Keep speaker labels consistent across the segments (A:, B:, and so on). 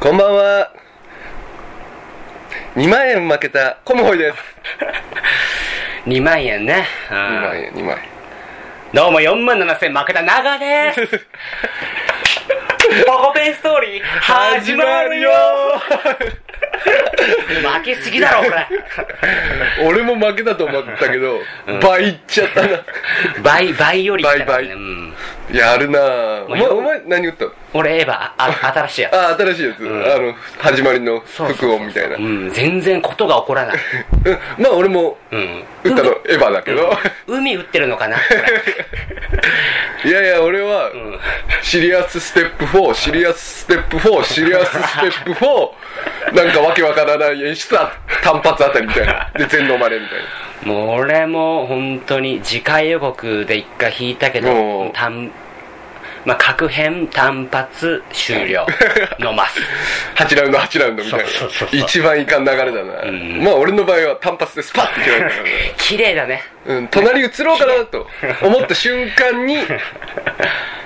A: こんばんは。2万円負けたコムホイです。
B: 2万円ね。うん
A: 2万円、2万円。
B: どうも4万7千負けた 長です。ポコペンストーリー始まるよ負けすぎだろ、こ
A: 俺も負けたと思ったけど、倍いっちゃった な。
B: れ。倍、倍より来たからね
A: 倍倍
B: うん
A: やるなぁ。お
B: まあ
A: 前、お前何言ったの
B: 俺、エヴァ、あ新しいやつ。
A: あ、新しいやつ。あの、始まりの
B: そうそう
A: 副
B: そう
A: 音みたいな。う
B: うんん、全然ことが起こらない。
A: まあ俺も、
B: うん。
A: 打ったのエヴァだけど。
B: 海打ってるのかなこ れ
A: いやいや、俺は、
B: うん
A: シリアスステップ4、シリアスステップ4、シリアスステップ4、なんかわけわからない演出は単発あたりみたいな。で、全能までみたいな。
B: もう俺も本当に次回予告で一回引いたけ
A: おう
B: ど単、まあ、各編単発終了 のます
A: 8ラウンド8ラウンドみたいな
B: そうそうそうそう
A: 一番いかん流れだな、
B: ん
A: まあ俺の場合は単発でスパッて決まるからね、
B: 綺麗だね
A: うん、隣移ろうかなと思った瞬間に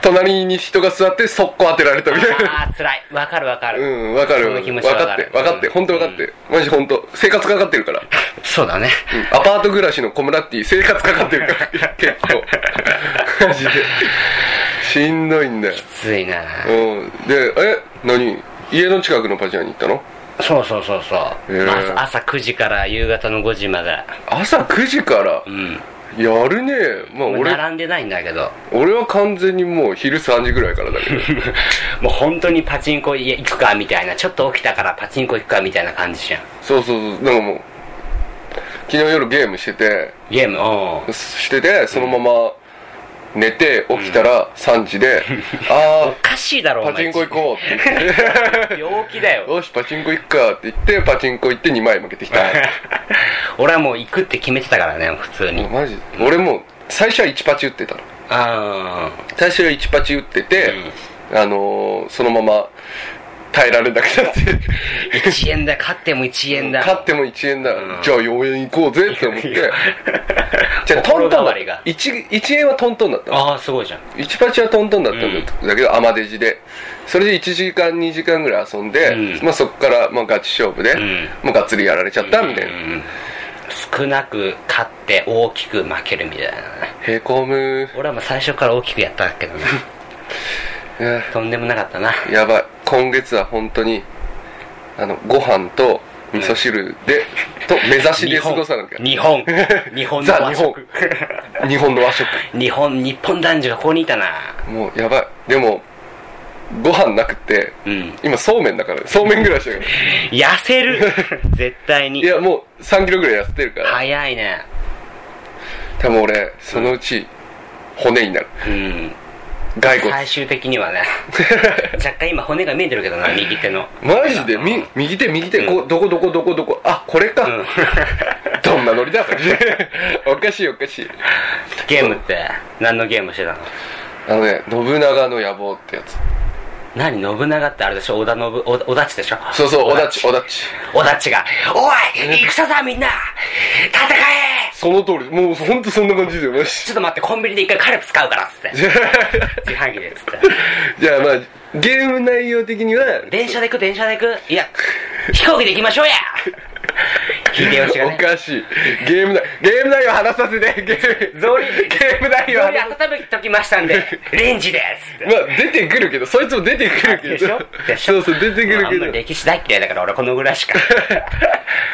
A: 隣に人が座って速攻当てられたみたい な
B: ああ辛いわかるわかる、
A: うんわかる
B: その気持ちわ
A: 分か
B: か
A: って
B: る
A: 分かって
B: うん
A: 本当分かって、マジ本当生活かかってるから、う
B: そうだね
A: んアパート暮らしのコムラッティ生活かかってるから 結構マジで しんどいんだよ、
B: きついな、
A: うん、でえ何家の近くのパチ屋に行ったの
B: そうそうそうそう、
A: へえ
B: まあ朝朝9時から夕方の5時まで
A: 朝9時から、
B: うん
A: やるねまあ
B: もう
A: 俺
B: 並んでないんだけど
A: 俺は完全にもう昼3時ぐらいからだけど
B: もう本当にパチンコ行くかみたいなちょっと起きたからパチンコ行くかみたいな感じじゃん
A: そうそうそうなんかもう昨日夜ゲームしてて
B: ゲームおう
A: しててそのまま寝て起きたら3時 で、あ
B: おかしいだろ
A: あ
B: お前
A: パチンコ行こうって言って
B: 病気だよ
A: よしパチンコ行くかって言ってパチンコ行って2枚負け てきた
B: 俺はもう行くって決めてたからね普通に
A: もうマジ俺もう最初は1パチ打ってたの
B: あ
A: 最初は1パチ打ってて、あのーそのまま耐えられなくなって
B: あ1円だ勝っても1円だ
A: 勝っても1円だ、
B: うん
A: じゃあ4円行こうぜって思って
B: い や
A: じゃあトントンだ
B: 心変わりが
A: 1, 円はトントンだったの
B: ああすごいじゃん
A: 1パチはトントンだったんだ,、だけどアマデジでそれで1時間2時間ぐらい遊んで、
B: うん
A: まあ、そこからまあガチ勝負で、
B: ん
A: もうがっつりやられちゃったみたいな、
B: うん少なく勝って大きく負けるみたいなね
A: へこむ
B: 俺はもう最初から大きくやった けどな
A: いや
B: とんでもなかったな
A: やばい今月は本当にあのご飯と味噌汁で、と目指しで過ごさなきゃ
B: 日本日本の
A: ザ
B: 和食
A: 日本の和食
B: 日本日本男児がここにいたな
A: もうやばいでもご飯なくて
B: うん
A: 今そうめんだからそうめんぐらいしてるから
B: 痩 せる絶対に
A: いやもう3キロぐらい痩せてるから
B: 早いね
A: 多分俺そのうち骨になる
B: うん
A: 骸骨
B: 最終的にはね 若干今骨が見えてるけどな右手の
A: マジでみ右手右手こうどこどこどこどこあこれか、
B: うん
A: どんなノリだそれ おかしいおかしい
B: ゲームって何のゲームしてたの
A: あのね信長の野望ってやつ
B: 何信長ってあれでしょ織田信織田織田っちでしょ
A: そうそうおだちお
B: 織
A: だち
B: 田っちが「おい戦だみんな戦え
A: その通りもうほんとそんな感じだよマジ
B: ちょっと待ってコンビニで一回カルプ使うから」っつって自販機でっつって
A: じゃあまあゲーム内容的には
B: 電車で行く電車で行くいや飛行機で行きましょうや秀吉が
A: お
B: ね
A: かしいゲーム内ゲーム内容話させてゲーム
B: 草履
A: ゲーム内容
B: 料理
A: 話さ
B: 温めときましたんでレンジでっつって
A: まあ出てくるけどそいつも出てくるけど
B: でしょでし
A: そ
B: ょ
A: うそう出てく
B: まあ
A: る
B: あんま
A: けど
B: り歴史大嫌いだから俺このぐら いしか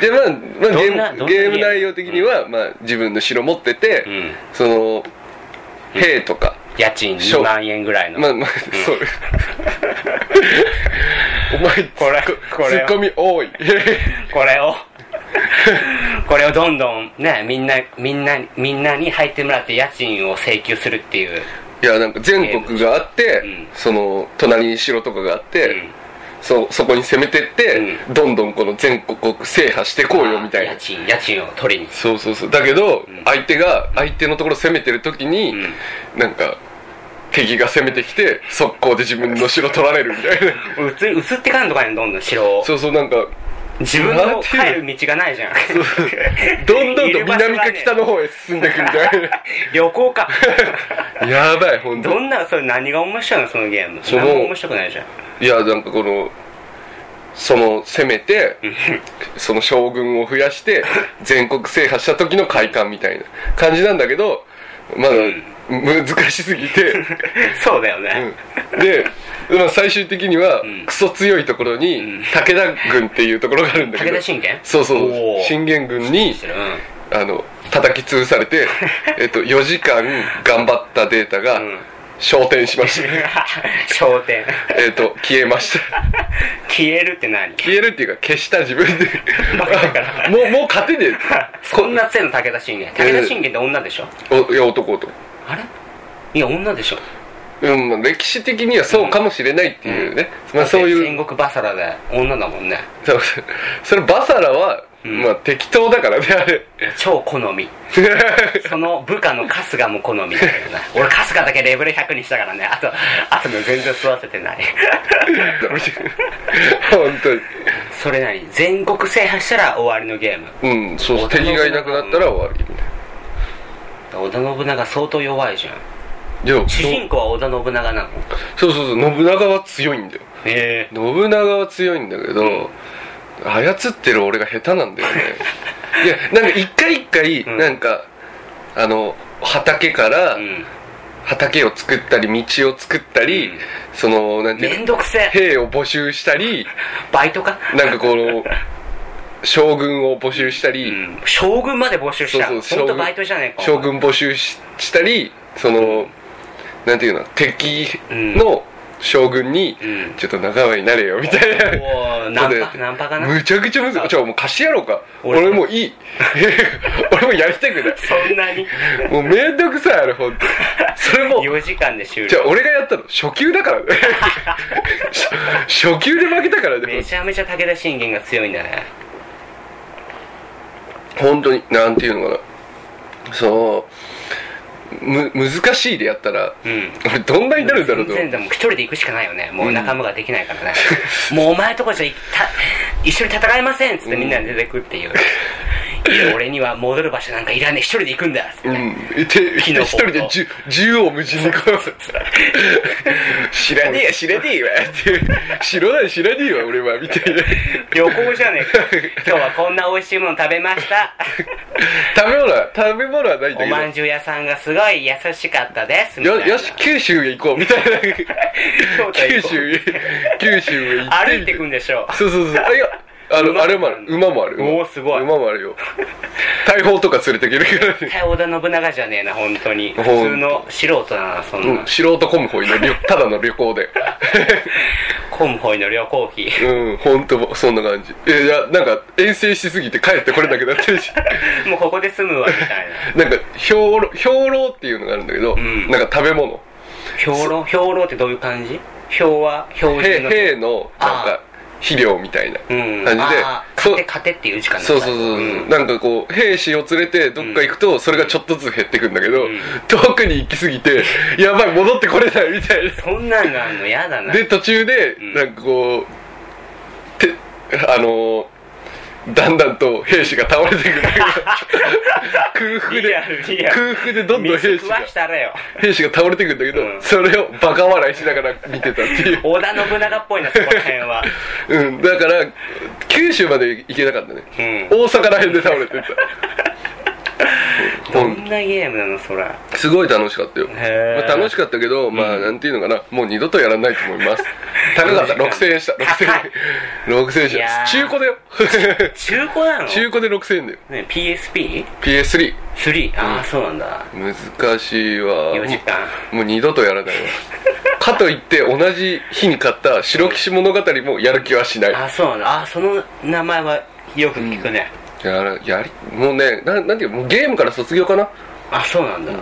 A: でまあ、まあ、ゲ
B: どんな
A: ー
B: どんな
A: ムゲーム
B: ゲーム
A: 内容的には、まあ、自分の城持ってて、
B: うん
A: その兵とか、
B: 家賃2万円ぐらいの、
A: まあまあ、 そうお前こ
B: れこれ
A: ツッコミ多い
B: こ れをこれをどんどんねみんなみんなみんなに入ってもらって家賃を請求するっていう
A: いやなんか全国があって、
B: うん
A: その隣に城とかがあって、
B: うん
A: そそこに攻めてって、どんどんこの全国を制覇してこうよみたいな
B: 家賃家賃を取りに
A: そうそうそうだけど、相手が相手のところ攻めてる時に、
B: ん
A: なんか敵が攻めてきて速攻で自分の城取られるみたいな
B: うつ移ってかんとかにどんどん城を
A: そうそうなんか
B: 自分
A: なん
B: の
A: ていう
B: 帰る道がないじ ゃん
A: どんどん
B: い
A: と
B: る場所がね
A: 南か北の方へ進んでいくみたい
B: 旅行 か
A: なやばい本当
B: どんなそれ何が面白いのそのゲーム
A: その
B: 何も面白くないじゃん
A: いやなんかこのその攻め てその将軍を増やして全国制覇した時の快感みたいな感じなんだけどまだ難しすぎて、
B: そうだよね、
A: うんで、まあ、最終的にはクソ強いところに武田軍っていうところがあるんだけど
B: 武田信玄
A: そうそ
B: お
A: う
B: ー
A: 信玄軍に
B: してるうん
A: あの叩き潰され て、えっと、4時間頑張ったデータが
B: ん
A: 昇天しました
B: 焦点
A: えっと消えました
B: 消えるって何
A: 消えるっていうか消した自分 で
B: だから
A: もうもう勝てね
B: そんな強いの武田信玄武田信玄って女でしょ
A: えおいや男と
B: あれいや女でしょ
A: うんまあ歴史的にはそうかもしれないっていうね、まあ、そう
B: だっ
A: い
B: て
A: う
B: 戦国バサラで女だもんね
A: そうそれバサラは、
B: ん
A: まあ適当だからねあ れ
B: 超好 みその部下の春日も好みだけどね俺春日だけレベル100にしたからねあとあとの全然育ててない
A: 本
B: それなに全国制覇したら終わりのゲーム
A: 当にうんそうそう敵がいなくなったら終わりみたい
B: 織田信長相当弱いじゃん
A: ないや
B: 主人公は織田信長なの
A: そうそうそう信長は強いんだよ
B: へえ
A: 信長は強いんだけど、
B: ん
A: 操ってる俺が下手なんだよ ねいやなんか一回一回、
B: うん
A: なんかあの畑から
B: うん
A: 畑を作ったり道を作ったり、
B: うん
A: そのなんてい
B: め
A: うんの
B: どくせえ
A: 兵を募集したり
B: バイトか
A: なんかこの将軍を募集したり、
B: うん将軍まで募集し
A: そう
B: た
A: そう
B: 本当バイトじゃねえか
A: 将軍募集ししたりそのなんていうの敵の将軍に、
B: うん
A: ちょっと仲間になれよみたいな
B: おーナンパ
A: そうだよ
B: ナンパかな
A: むちゃくちゃ難しいちょもう貸してやろうか俺
B: 俺
A: もうい い俺もやりたくな
B: そんな に
A: いもうめんどくさいあれ本当にそれも
B: 4時間で終
A: じゃあ
B: 了
A: 俺がやったの初級だ からね初初級で負けたから
B: め
A: ね
B: ちゃめちゃ武田信玄が強いんだね
A: 本当になんていうのかなそのむ難しいでやったら、
B: うん
A: 俺どんなになるんだろうと
B: 全然でも一人で行くしかないよねもう仲間ができないから ね、もうお前とこじゃいた一緒に戦えませんっつってみんなで出てくって いう、いや俺には戻る場所なんかいらねえ一人で行くんだっつって、
A: うん、て一
B: キノコ
A: 人でじゅ縦横無尽にこう 知らねえや知らねえわって知らない知らねえわ俺はみたいな
B: 旅行じゃねえ か今日はこんな美味しいもの食べました
A: 食べ物は食べ物はないん
B: おま
A: だ
B: んじゅう屋さんがすごい優しかったです
A: け
B: みた
A: ど
B: い
A: よ
B: な
A: よし九州へ行こうみたいな
B: 京都
A: 九
B: 行こう
A: 州へ九州へ行って
B: 歩いてくんでしょ
A: そうそうそうあい やあの
B: 馬
A: あれもある馬もある
B: おーすごい
A: 馬もあるよ大砲とか連れてけるからね
B: 絶対織田信長じゃねえな本当に
A: ほ
B: 普
A: ん
B: 通の素人だなそんな、
A: うん、素人込む方の旅ただの旅行で
B: コンホイの旅行費
A: うん本当そんな感じえいやなんか遠征しすぎて帰ってこれなくなってる し
B: もうここで済むわみたい
A: な
B: な
A: んか兵糧兵糧っていうのがあるんだけど、
B: ん
A: なんか食べ物
B: 兵糧兵糧ってどういう感じ兵は兵
A: 兵
B: 人の
A: 兵のなん
B: あ
A: か肥料みたいな感
B: う
A: じ
B: ん
A: で、
B: あー
A: そ
B: 勝て勝てっていう時間
A: そうそうそうそう、なんかこう兵士を連れてどっか行くとそれがちょっとずつ減ってくんだけど、
B: ん
A: 遠くに行き過ぎ てやばい戻ってこれないみたい
B: そんなんがあんの嫌だ
A: な
B: な
A: で途中で
B: ん
A: なんかこうてあのーだんだんと兵士が倒れて くる空腹で
B: リアルリア
A: 空
B: ル
A: 腹でどんどん
B: 水
A: 兵士
B: 食
A: が
B: わしたらよ
A: 兵士が倒れてくんだけど、
B: うん
A: それをバカ笑いしながら見てたっていう
B: 織田信長っぽいなそこら辺は
A: うん、だから九州まで行けなかったね、
B: う
A: 大阪ら辺で倒れてた、
B: ど
A: うんん、
B: なゲームなのそら
A: すごい楽しかったよ、
B: へー
A: まあ、楽しかったけどまあなんていうのかなもう二度とやらないと思います高かった6000円した6000円6000円し
B: いや
A: た
B: ー
A: 中古だよ
B: 中古なの、
A: 中古で6000円だよ
B: ね、PSP?3
A: PS3
B: ああ、そうなんだ
A: 難しいわ
B: 4時間
A: もう二度とやらないわかといって同じ日に買った「白騎士物語」もやる気はしない
B: ああそうなんだああその名前はよく聞くね、
A: やらやりもうねななんていうもうゲームから卒業かな
B: あそうなんだ、